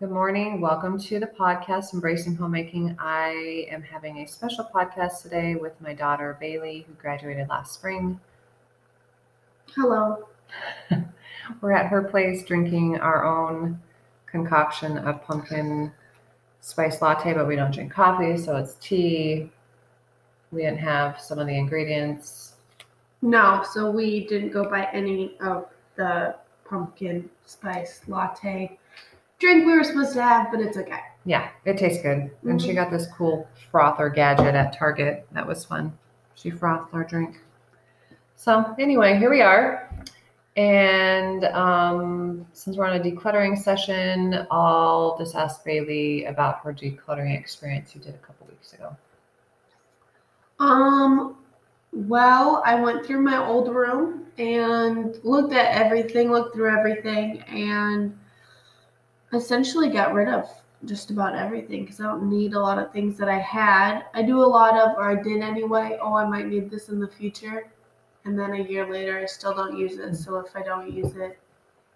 Good morning. Welcome to the podcast Embracing Homemaking. I am having a special podcast today with my daughter Bailey, who graduated last spring. Hello. We're at her place drinking our own concoction of pumpkin spice latte, but we don't drink coffee, so it's tea. We didn't have some of the ingredients. No, so we didn't go by any of the pumpkin spice latte drink we were supposed to have, but it's okay. Yeah, it tastes good. And she Mhm. got this cool frother gadget at Target. That was fun. She frothed our drink. So, anyway, here we are. And um, since we're on a decluttering session, I'll just ask Bailey about her decluttering experience you did a couple weeks ago. Um, well, I went through my old room and looked at everything, looked through everything, and essentially got rid of just about everything because I don't need a lot of things that I had. I do a lot of, or I did anyway, oh, I might need this in the future. And then a year later, I still don't use it. So if I don't use it,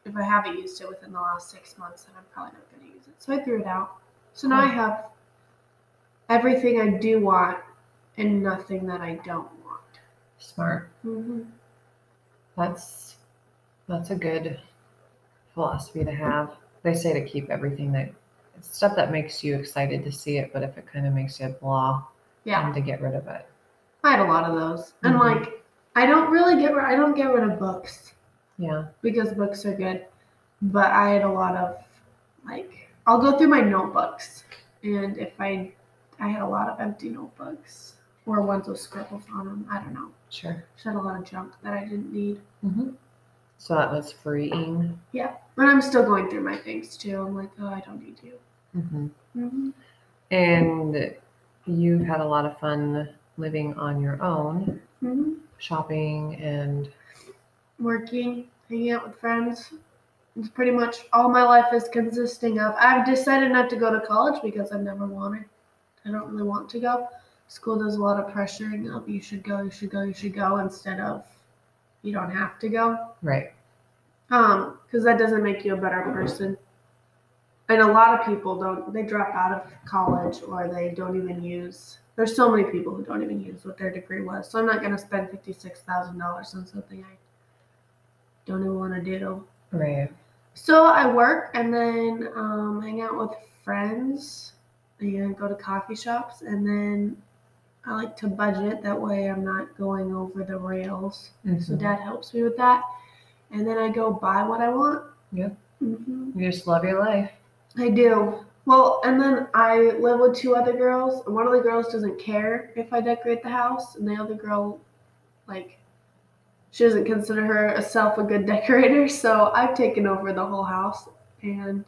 if I haven't used it within the last six months, then I'm probably not going to use it. So I threw it out. So now I have everything I do want and nothing that I don't want. Smart. That's that's a good philosophy to have. They say to keep everything that it's stuff that makes you excited to see it, but if it kind of makes you blah, Yeah, and to get rid of it. I had a lot of those, and Mhm. like I don't really get rid. I don't get rid of books Yeah. because books are good, but I had a lot of like I'll go through my notebooks, and if I I had a lot of empty notebooks or ones with scribbles on them. I don't know. Sure. Just had a lot of junk that I didn't need. hmm So that was freeing. But I'm still going through my things too. I'm like, oh, I don't need you. Mhm. Mhm. And you've had a lot of fun living on your own, Mhm. shopping and working, hanging out with friends. It's pretty much all my life is consisting of. I've decided not to go to college because I've never wanted. I don't really want to go. School does a lot of pressuring of you should go, you should go, you should go instead of you don't have to go. right. Um, because that doesn't make you a better person. And a lot of people don't. They drop out of college or they don't even use. There's so many people who don't even use what their degree was. So I'm not going to spend fifty six thousand dollars on something I don't even want to do. Right. So I work and then um, hang out with friends and go to coffee shops and then I like to budget. That way I'm not going over the rails. So Mhm. dad helps me with that. And then I go buy what I want. Yeah. hmm Mm-hmm. You just love your life. I do. Well, and then I live with two other girls. and One of the girls doesn't care if I decorate the house, and the other girl, like, she doesn't consider herself a good decorator. So I've taken over the whole house and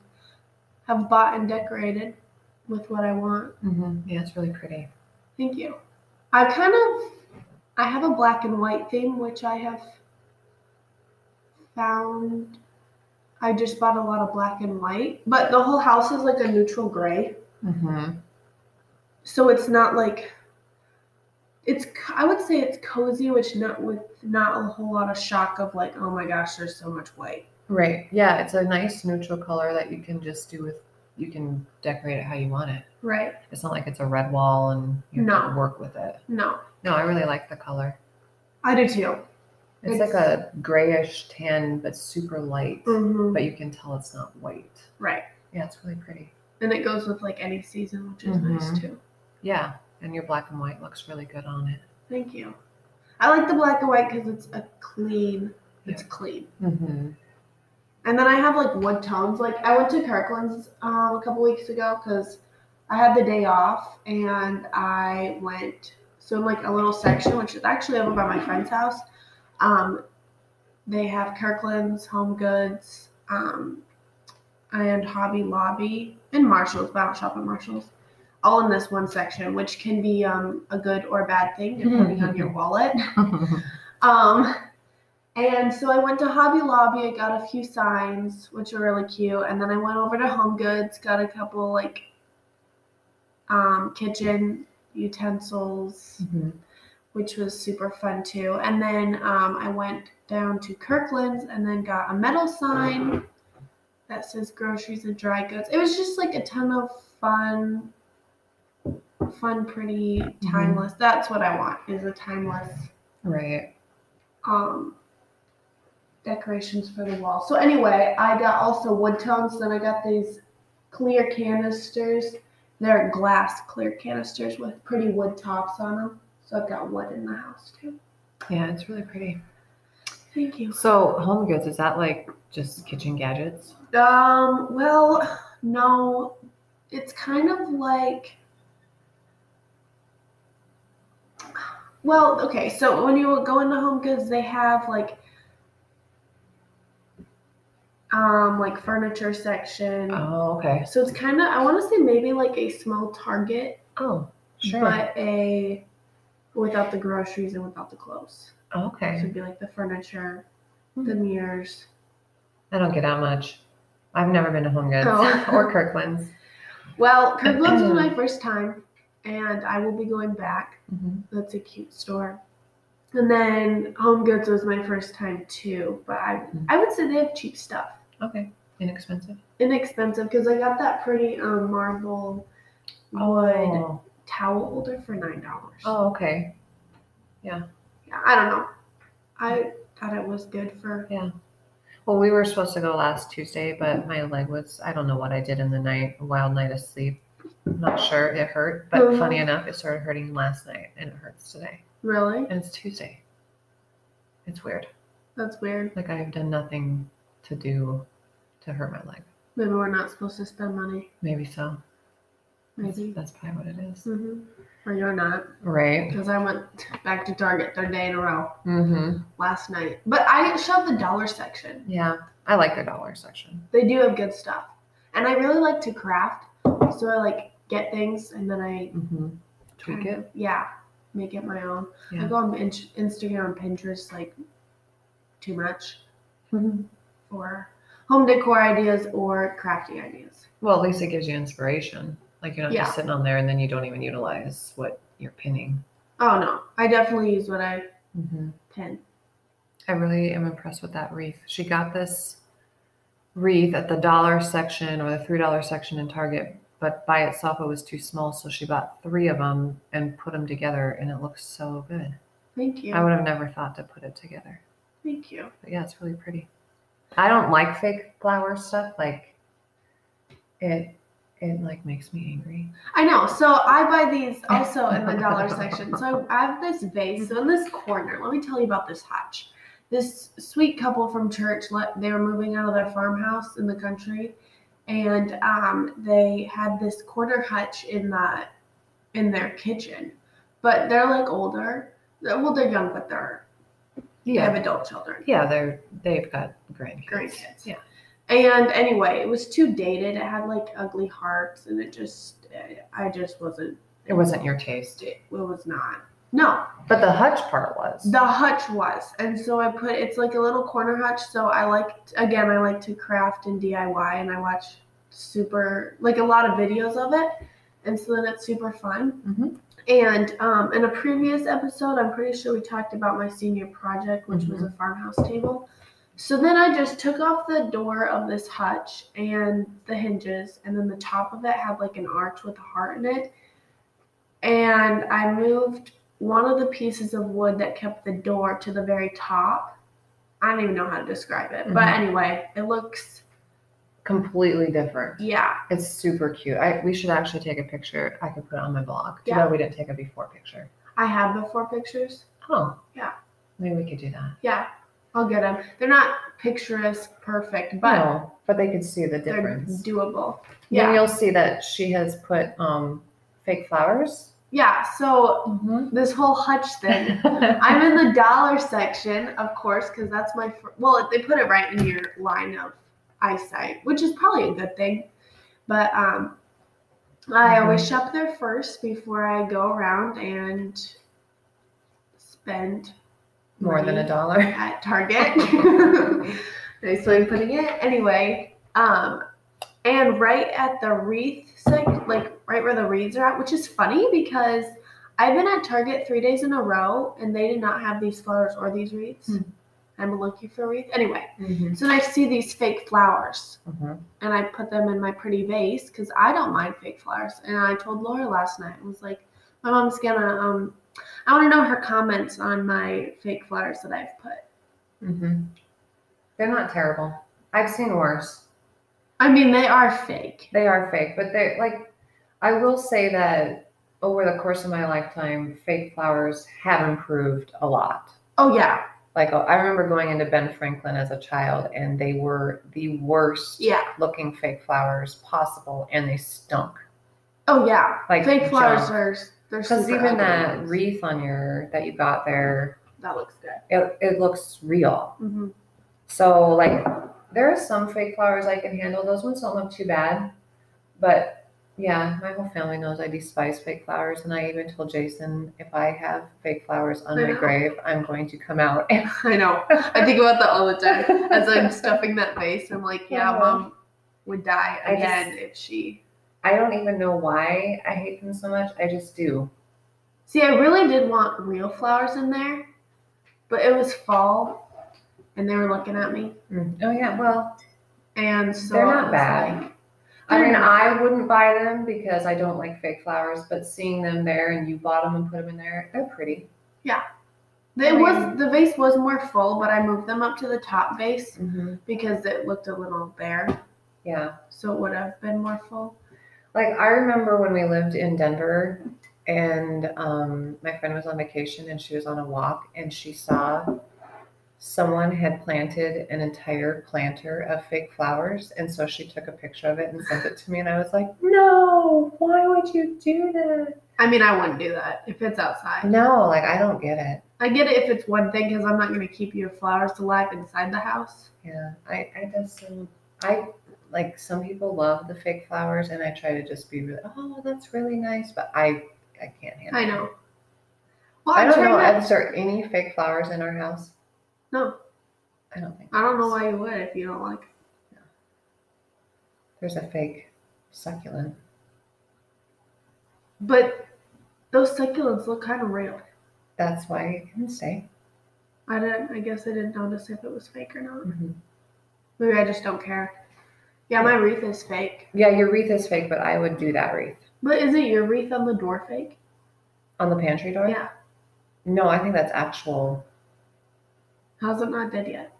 have bought and decorated with what I want. hmm Yeah, it's really pretty. Thank you. I kind of I have a black and white theme which I have found I just bought a lot of black and white, but the whole house is like a neutral gray. hmm So it's not like it's c- I would say it's cozy which not with not a whole lot of shock of like oh my gosh there's so much white. Right. Yeah, it's a nice neutral color that you can just do with. You can decorate it how you want it. Right. It's not like it's a red wall and you have to No. work with it. No. No, I really like the color. I do too. It's, Mm-hmm. It's- like a grayish tan, but super light. Mhm. But you can tell it's not white. Right. Yeah, it's really pretty. And it goes with like any season which is nice Mhm. too. Yeah, and your black and white looks really good on it. Thank you. I like the black and white because it's a clean. It's clean. Mm-hmm. And then I have like wood tones. Like I went to Kirkland's um, a couple weeks ago because I had the day off and I went. So in like a little section, which is actually over by my friend's house, um, they have Kirkland's, Home Goods, um, and Hobby Lobby, and Marshalls. But I don't shop at Marshalls. All in this one section, which can be um, a good or a bad thing depending on your wallet. Um, and so I went to Hobby Lobby. I got a few signs, which are really cute. And then I went over to Home Goods, got a couple like um, kitchen utensils, which was super fun too. And then um, I went down to Kirkland's and then got a metal sign. that says groceries and dry goods. It was just like a ton of fun, fun, pretty, timeless. That's what I want is a timeless Right. um decorations for the wall. So anyway, I got also wood tones, then I got these clear canisters. They're glass clear canisters with pretty wood tops on them. So I've got wood in the house too. Yeah, it's really pretty. Thank you. So home goods, is that like just kitchen gadgets? Um, well, no. It's kind of like Well, okay, so when you go into Home Goods, they have like um like furniture section. Oh, okay. So it's kind of I want to say maybe like a small Target, Oh, sure. but a without the groceries and without the clothes. So okay. it'd be like the furniture, the Hmm. mirrors. I don't get out much. I've never been to Home Goods Oh. or Kirkland's. Well, Kirkland's was my first time, and I will be going back. Mhm. That's a cute store. And then Home Goods was my first time too, but I Mhm. I would say they have cheap stuff, Okay. Inexpensive. inexpensive because I got that pretty um, marble wood Oh. towel holder for nine dollars. oh, okay. Yeah, I don't know. I thought it was good for. Well, we were supposed to go last Tuesday, but my leg was, I don't know what I did in the night, a wild night of sleep. I'm not sure. It hurt, but Mhm. funny enough, it started hurting last night and it hurts today. Really, And it's Tuesday. It's weird. that's weird. Like I've done nothing to do to hurt my leg. Maybe we're not supposed to spend money. Maybe so. That's, Maybe. that's probably what it is. hmm Or you're not, Right. because I went back to Target third day in a row Mm-hmm. last night. But I shoved the dollar section. Yeah. I like their dollar section. they do have good stuff and i really like to craft so i like get things and then i Mm-hmm. Tweak kind it. of- yeah make it my own i Yeah. go on in- instagram pinterest like too much Mm-hmm. Mhm. for home decor ideas or crafting ideas Well, at least it gives you inspiration. Like you're not Yeah. just sitting on there and then you don't even utilize what you're pinning. oh no i definitely use what i Mm-hmm. pin I really am impressed with that wreath. She got this wreath at the dollar section or the three dollar section in Target, but by itself it was too small, so she bought three of them and put them together, and it looks so good. thank you I would have never thought to put it together, thank you but yeah, it's really pretty. I don't like fake flower stuff. Like it, it like makes me angry. i know so i buy these also in the dollar section so i have this vase so in this corner let me tell you about this hotch this sweet couple from church let they were moving out of their farmhouse in the country and um, they had this quarter hutch in the in their kitchen but they're like older They're- well they're young but they're they have adult children yeah, they're they've got grandkids. Grandkids. yeah. and anyway it was too dated it had like ugly hearts and it just i just wasn't It wasn't your taste, it was not no but the hutch part was. The hutch was, and so I put it's like a little corner hutch. So I like again, I like to craft and DIY, and I watch super like a lot of videos of it, and so then it's super fun. Mhm. And um, in a previous episode, I'm pretty sure we talked about my senior project, which was a farmhouse table. So then I just took off the door of this hutch and the hinges, and then the top of it had like an arch with a heart in it. And I moved one of the pieces of wood that kept the door to the very top. I don't even know how to describe it, but Mhm. anyway, it looks completely different. yeah. It's super cute. I we should actually take a picture. I could put it on my blog. Too Yeah. bad we didn't take a before picture. I have before pictures. Oh. Yeah. Maybe we could do that. Yeah, I'll get them. They're not picturesque perfect, But but but they could see the they're difference. doable. Then Yeah. you'll see that she has put um fake flowers. Yeah, so Mm-hmm. this whole hutch thing. I'm in the dollar section, of course, because that's my fir- well. They put it right in your line of eyesight, which is probably a good thing. But um, I Mm-hmm. always shop there first before I go around and spend More than money a dollar. at Target. nice way of putting it. Anyway, um, and right at the wreath section, like right where the wreaths are at, which is funny because I've been at Target three days in a row and they did not have these flowers or these wreaths. Hmm. I'm looking for a wreath. Anyway, Mm-hmm. so then I see these fake flowers Mhm. and I put them in my pretty vase because I don't mind fake flowers. And I told Laura last night, I was like, my mom's gonna, um, I want to know her comments on my fake flowers that I've put. Mhm. They're not terrible. I've seen worse. I mean, they are fake. They are fake, but they're like, I will say that over the course of my lifetime, fake flowers have improved a lot. Oh yeah, Like, I remember going into Ben Franklin as a child, and they were the worst yeah. looking fake flowers possible, and they stunk. Oh yeah. Like fake flowers are they're Because super even ugly that ones. wreath on your that you got there, that looks good. it, it looks real. hmm So like there are some fake flowers I can handle. Those ones don't look too bad. But yeah, my whole family knows I despise fake flowers. And I even told Jason if I have fake flowers on my Yeah. grave, I'm going to come out. And I know. I think about that all the time. As I'm stuffing that vase, I'm like, yeah, Uh-huh. mom would die I just- again if she. I don't even know why I hate them so much. I just do. See, I really did want real flowers in there, but it was fall, and they were looking at me, Oh yeah, well, and so They're I not was bad. like- I mean, They're I wouldn't buy them because I don't like fake flowers. But seeing them there and you bought them and put them in there, they're pretty. It I was mean- the vase was more full, but I moved them up to the top vase Mm-hmm. because it looked a little bare, Yeah. so it would have been more full. Like I remember when we lived in Denver and um, my friend was on vacation and she was on a walk and she saw someone had planted an entire planter of fake flowers and so she took a picture of it and sent it to me and I was like, "No, why would you do that?" I mean, I wouldn't do that if it's outside. No, like I don't get it. I get it if it's one thing because I'm not going to keep your flowers alive inside the house. Yeah, I I just um, I like some people love the fake flowers and I try to just be really, "Oh, that's really nice," but I I can't handle I it. know. Well, I I'm don't know. trying to- Is there any fake flowers in our house? No. I don't think I don't know why you would if you don't like. there's a fake succulent. But those succulents look kind of real. That's why it can stay. I didn't. I guess I didn't notice if it was fake or not. Mhm. Maybe I just don't care. Yeah, my wreath is fake. Yeah, your wreath is fake, but I would do that wreath But isn't your wreath on the door fake? on the pantry door. Yeah. No, I think that's actual. How's it not dead yet?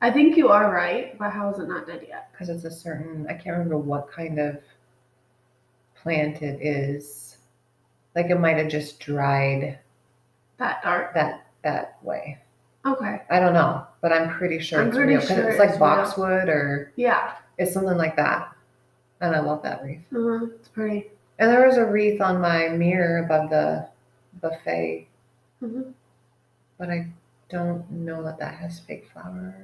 I think you are right, but how is it not dead yet? because it's a certain i can't remember what kind of plant it is like it might have just dried That dark. that that way Okay. i don't know but i'm pretty sure I'm it's pretty real 'cause sure it's like it's real. boxwood or Yeah. it's something like that and i love that wreath Uh-huh. It's pretty. and there was a wreath on my mirror above the buffet Mhm. but i don't know that that has fake flowers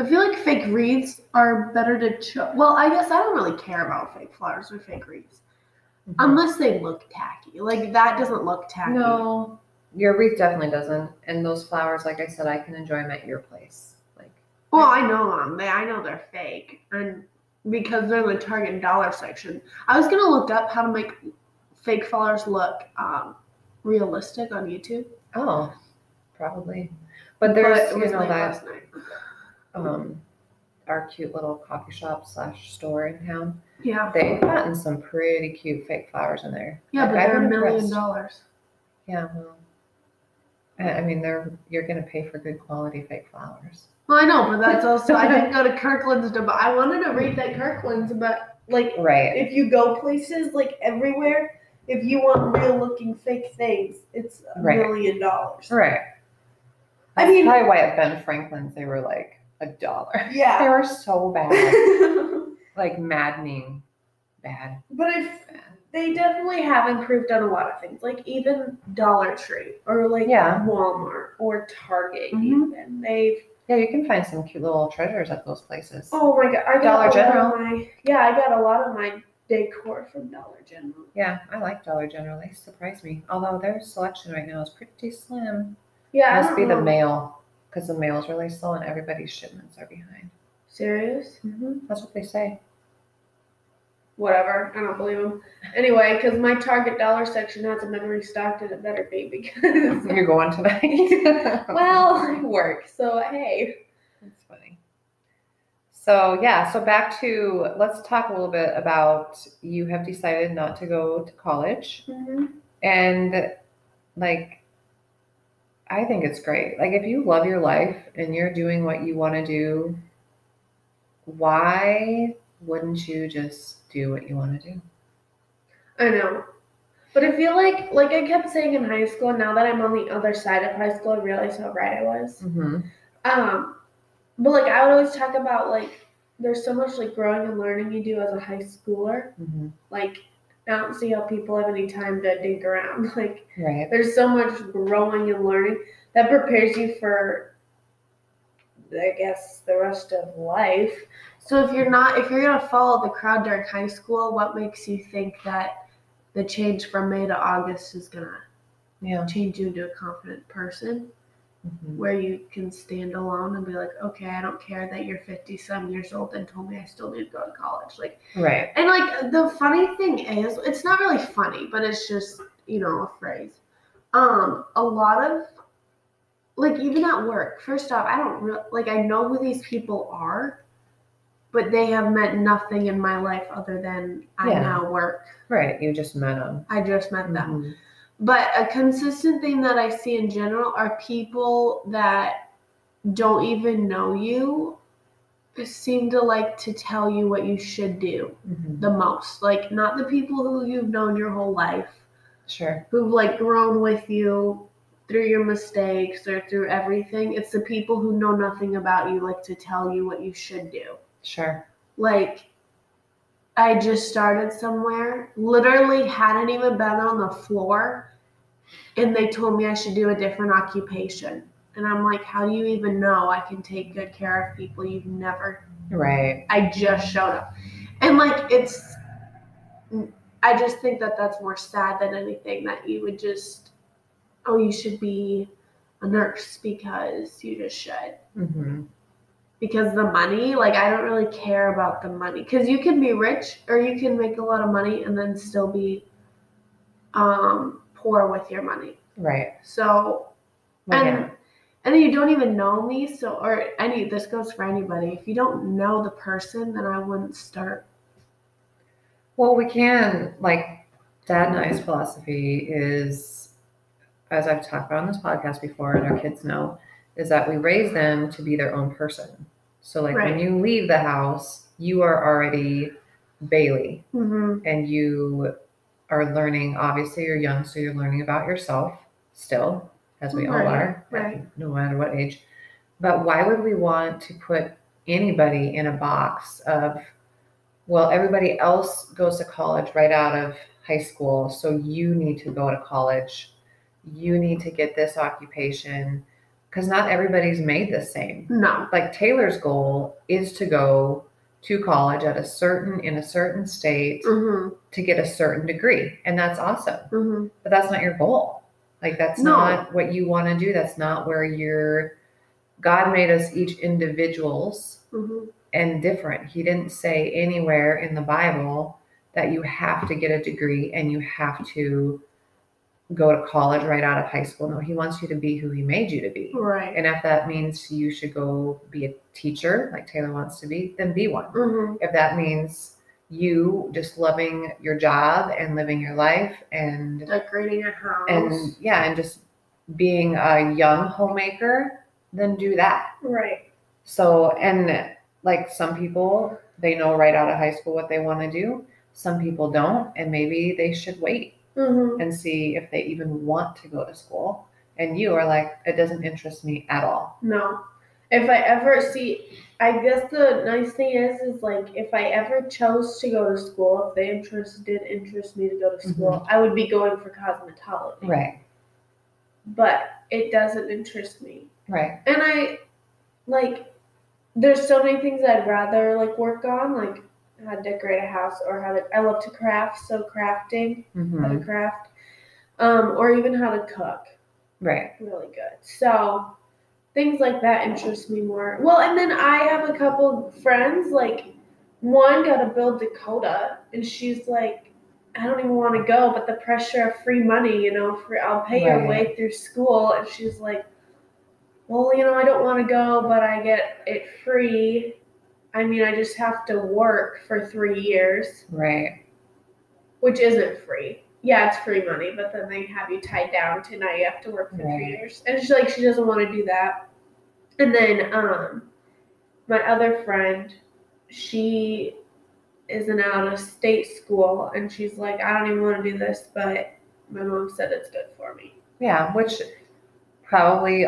I feel like fake wreaths are better to cho- Well, I guess I don't really care about fake flowers or fake wreaths. Unless they look tacky. Like that doesn't look tacky. No, your wreath definitely doesn't. And those flowers, like I said, I can enjoy them at your place. Like, Well, I know them. They, I know they're fake, and because they're in the Target dollar section, I was gonna look up how to make fake flowers look um, realistic on YouTube. oh, probably. But there's, but you know, late that last night. um, our cute little coffee shop slash store in town. Yeah, They've gotten some pretty cute fake flowers in there. yeah, Like, but I've they're a been million impressed. dollars. Yeah, well, I I mean, they're you're gonna pay for good quality fake flowers. Well, I know, but that's also I didn't go to Kirkland's to buy. I wanted to read that Kirkland's, but like Right. if you go places like everywhere, if you want real looking fake things, it's a Right. million dollars. Right. I mean- That's probably why at Ben Franklin's they were like a dollar. They Yeah. were so bad. like maddening bad. But if they definitely have improved on a lot of things, like even Dollar Tree or like Yeah. Walmart or Target. Mhm. Even they've Yeah, you can find some cute little treasures at those places. oh my god, I got Dollar a General. Lot of my, yeah, I got a lot of my decor from Dollar General. Yeah, I like Dollar General. They surprise me. Although their selection right now is pretty slim. Yeah, I Must don't be the know. mail because the mail's really slow and everybody's shipments are behind. Serious? Mm-hmm. That's what they say. whatever. I don't believe him. Anyway, because my Target dollar section hasn't been restocked, and it better be because. You're going tonight. well, I work, so hey. That's funny. So yeah, so back to let's talk a little bit about you have decided not to go to college and like I think it's great. Like if you love your life and you're doing what you want to do, why wouldn't you just do what you want to do? I know. But I feel like, like I kept saying in high school, now that I'm on the other side of high school, I realize how right I was. Mm-hmm. Um, but like I would always talk about like there's so much like growing and learning you do as a high schooler. Mm-hmm. Like I don't see how people have any time to dig around. Like Right. there's so much growing and learning that prepares you for i guess the rest of life so if you're not if you're going to follow the crowd during high school what makes you think that the change from may to august is going to Yeah. change you into a confident person Mhm. where you can stand alone and be like okay i don't care that you're 57 years old and told me i still need to go to college like Right. and like the funny thing is, it's not really funny, but it's just you know a phrase. Um, a lot of like even at work. First off, I don't re- like I know who these people are, but they have meant nothing in my life other than I Yeah. Mm-hmm. now work. Right. You just met them. I just met them. But a consistent thing that I see in general are people that don't even know you seem to like to tell you what you should do Mhm. the most. Like not the people who you've known your whole life, Sure. who've like grown with you through your mistakes or through everything. It's the people who know nothing about you like to tell you what you should do. Sure. Like I just started somewhere, literally hadn't even been on the floor and they told me I should do a different occupation. And I'm like, how do you even know I can take good care of people you've never Right. I just showed up. And like it's I just think that that's more sad than anything that you would just oh you should be a nurse because you just should hmm because the money like I don't really care about the money cuz you can be rich or you can make a lot of money and then still be um poor with your money. Right. So Well, and Oh, yeah. and you don't even know me, so or any this goes for anybody. If you don't know the person, then I wouldn't start. Well, we can like Dad and I's philosophy is, as I've talked about on this podcast before, and our kids know, is that we raise them to be their own person. So, like when Right. you leave the house, you are already Bailey, Mm-hmm. and you are learning. Obviously, you're young, so you're learning about yourself still, as we all Right, are, right. no matter what age. But why would we want to put anybody in a box of, well, everybody else goes to college right out of high school, so you need to go to college. You need to get this occupation because not everybody's made the same No. like Taylor's goal is to go to college at a certain in a certain state Mm-hmm. to get a certain degree and that's awesome Mm-hmm. but that's not your goal like that's No. not what you want to do that's not where you're god made us each individuals Mm-hmm. and different he didn't say anywhere in the bible that you have to get a degree and you have to go to college right out of high school no he wants you to be who he made you to be Right. and if that means you should go be a teacher, like Taylor wants to be, then be one. Mm-hmm. If that means you just loving your job and living your life and Decorating a house. and yeah, and just being a young homemaker, then do that. right. So and like some people, they know right out of high school what they want to do. Some people don't, and maybe they should wait Mm-hmm. and see if they even want to go to school. And you are like, it doesn't interest me at all. No. If I ever see, I guess the nice thing is, is like if I ever chose to go to school, if they interest, did interest me to go to school, I would be going for cosmetology. Mm-hmm. Right. But it doesn't interest me. Right. and I like there's so many things I'd rather like work on, like how to decorate a house or how to I love to craft, so crafting, how hmm to craft, um, or even how to cook, Right. really good. So things like that interest me more. Well, and then I have a couple friends like one got to build Dakota, and she's like, I don't even want to go, but the pressure of free money, you know, for I'll pay your Right. way through school, and she's like, well, you know, I don't want to go, but I get it free. I mean, I just have to work for three years, Right. which isn't free. Yeah, it's free money, but then they have you tied down to now you have to work for Right. three years. And she's like, she doesn't want to do that. And then um, my other friend, she is an out of state school, and she's like, I don't even want to do this, but my mom said it's good for me. Yeah, which probably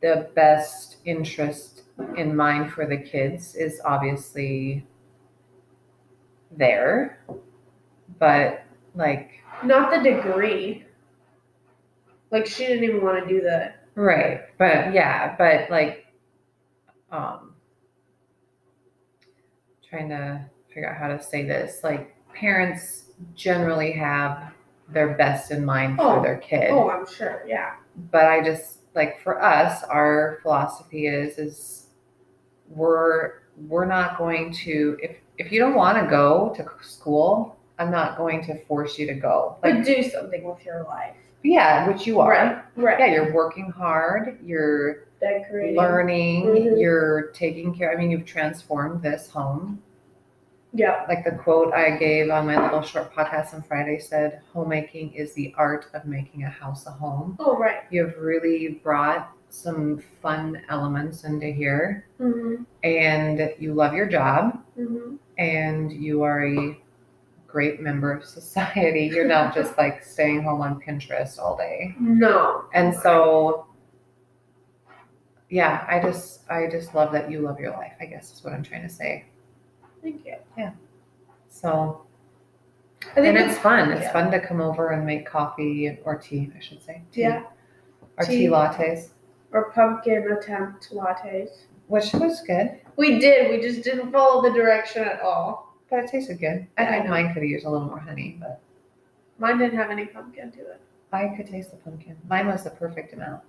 the best interest in mind for the kids is obviously there. But like Not the degree. Like she didn't even want to do the Right, but yeah, but like, um, trying to figure out how to say this. Like, parents generally have their best in mind for Oh, their kid, Oh, I'm sure. Yeah. but I just like for us, our philosophy is is we're we're not going to if if you don't want to go to school, I'm not going to force you to go. Like, But do something with your life. yeah, which you are. Right. Right. Yeah, you're working hard. You're Decorating. learning Mhm. you're taking care i mean you've transformed this home Yeah. like the quote i gave on my little short podcast on friday said homemaking is the art of making a house a home Oh, right. you've really brought some fun elements into here Mm-hmm. and you love your job Mm-hmm. and you are a great member of society you're not just like staying home on pinterest all day No. and so yeah i just i just love that you love your life i guess is what i'm trying to say Thank you. so I and think it's fun it's yeah. fun to come over and make coffee or tea i should say tea, Yeah. or tea. Tea. lattes Or pumpkin attempt lattes. which was good We did. We just didn't follow the direction at all. but it tasted good i Yeah, I think know. mine could have used a little more honey but Mine didn't have any pumpkin to it. i could taste the pumpkin mine was the perfect amount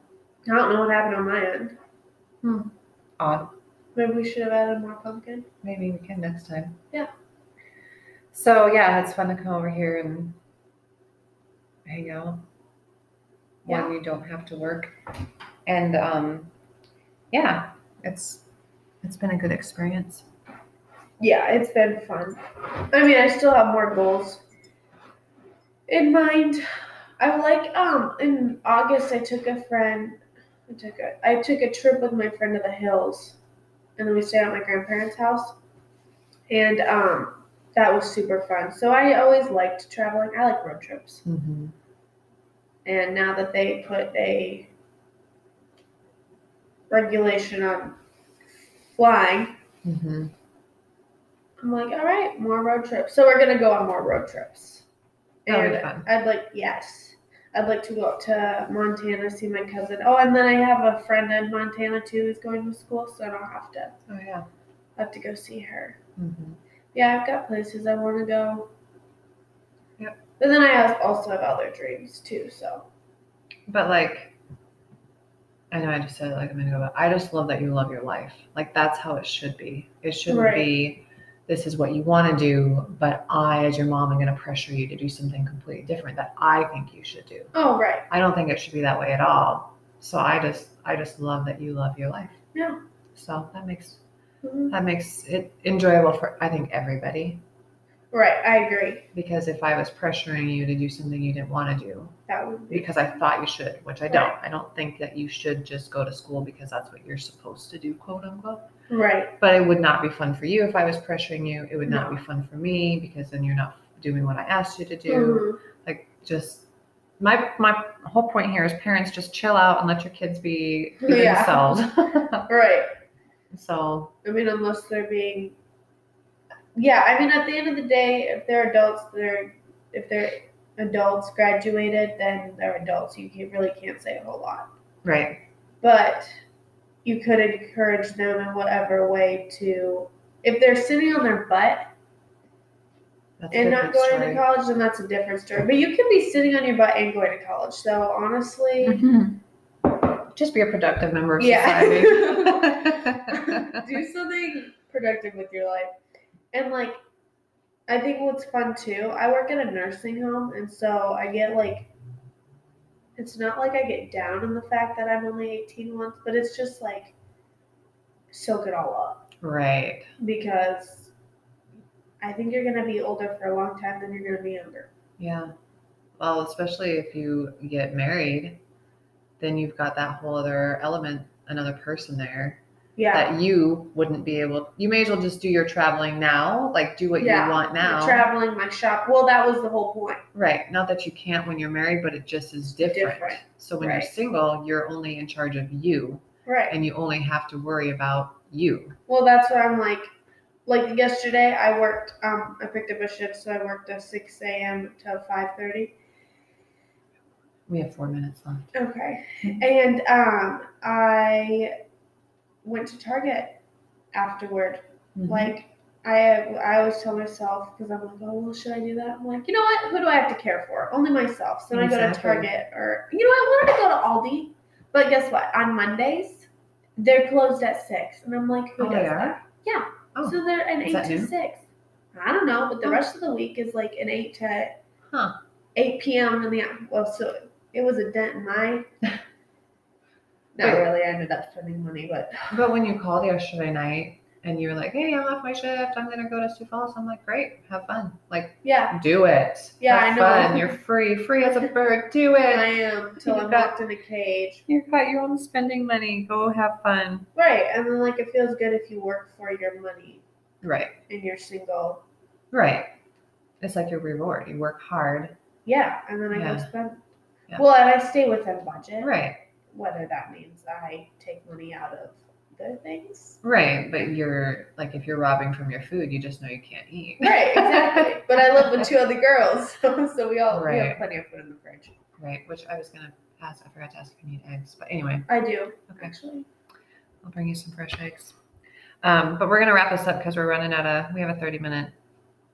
I don't know what happened on my end. odd Maybe we should have added more pumpkin. maybe we can next time Yeah. so yeah it's fun to come over here and hang out Yeah. when you don't have to work. And um, yeah, it's it's been a good experience. Yeah, it's been fun. I mean, I still have more goals in mind. I like um in August I took a friend I took a I took a trip with my friend to the hills and then we stayed at my grandparents' house. And um that was super fun. So I always liked traveling. I like road trips. And now that they put a regulation on flying, I'm like, all right, more road trips. So we're gonna go on more road trips. That'll be And fun. I'd like yes. I'd like to go up to Montana see my cousin. Oh, and then I have a friend in Montana too who's going to school, so I don't have to Oh yeah. I have to go see her. Mm-hmm. Yeah, I've got places I want to go. Yep. But then I have, also have other dreams too. So But like, I know I just said it like a minute ago, but I just love that you love your life. Like that's how it should be. It shouldn't Right. be. This is what you want to do, but I, as your mom, am going to pressure you to do something completely different that I think you should do. oh right, I don't think it should be that way at all. So I just, I just love that you love your life. Yeah. So that makes Mhm. That makes it enjoyable for I think everybody right. I agree. because if I was pressuring you to do something you didn't want to do That would be because I thought you should, which I don't. I don't think that you should just go to school because that's what you're supposed to do, quote unquote. right. But it would not be fun for you if I was pressuring you. It would not be fun for me because then you're not doing what I asked you to do. Mhm. Like just my my whole point here is parents just chill out and let your kids be, be Yeah. themselves. Mm-hmm. Right. so I mean, unless they're being. Yeah, I mean, at the end of the day, if they're adults, they're if they're adults graduated, then they're adults. You can't, really can't say a whole lot, right. but you could encourage them in whatever way to. If they're sitting on their butt That's a and different not going story. to college, then that's a different story. But you can be sitting on your butt and going to college. So honestly, Mm-hmm. Just be a productive member of yeah, society. do something productive with your life. And like, I think what's fun too, I work in a nursing home, and so I get like, it's not like I get down on the fact that I'm only 18 months, but it's just like, soak it all up Right. because I think you're going to be older for a long time than you're going to be younger. Yeah. Well, especially if you get married, then you've got that whole other element, another person there Yeah. that you wouldn't be able. You may as well just do your traveling now, like do what Yeah, you want now. Traveling, my shop. Well, that was the whole point. right. Not that you can't when you're married, but it just is different. Different, So when right. you're single, you're only in charge of you, Right. and you only have to worry about you. Well, that's what I'm like. Like yesterday, I worked. Um, I picked up a shift, so I worked a six a.m. to five thirty. We have four minutes left. Okay, and um, I went to Target afterward. Mm-hmm. Like I, I always tell myself because I'm like, oh, well, should I do that? I'm like, you know what? Who do I have to care for? Only myself. So then I go to Exactly. Target or you know, I wanted to go to Aldi, but guess what? On Mondays, they're closed at six, and I'm like, who Oh, does they that? are? Oh, so they're an is eight that to new? six. I don't know, but the Oh. rest of the week is like an eight to Huh. eight p.m. in the well. So it was a dent in my. Not Wait. really. I ended up spending money, but Mm-hmm. But when you called yesterday night and you were like, "Hey, I'm off my shift. I'm gonna go to Sioux Falls," I'm like, "Great, have fun. Like, yeah, do it. Yeah, Have I know. Fun. You're free, free as a bird. Do I it. am till You I'm got- locked in a cage. You've got your own spending money. Go have fun. Right, and then like it feels good if you work for your money Right, and you're single. right. It's like your reward. You work hard. Yeah, and then I Yeah. go spend. Yeah. Well, and I stay within budget, Right, whether that means I take money out of other things right. But you're like, if you're robbing from your food, you just know you can't eat. Right, exactly. but I live with two other girls, so, so we all we have Right. plenty of food in the fridge. Right. Which I was gonna ask. I forgot to ask if you need eggs. But anyway, I do okay. actually. I'll bring you some fresh eggs. Um, but we're going to wrap this up because we're running out of, we have a 30 minute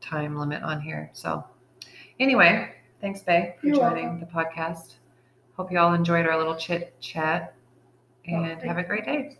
time limit on here. So, anyway, thanks, Bay, for You're joining the podcast. Hope you all enjoyed our little chit chat Well, and have a great day.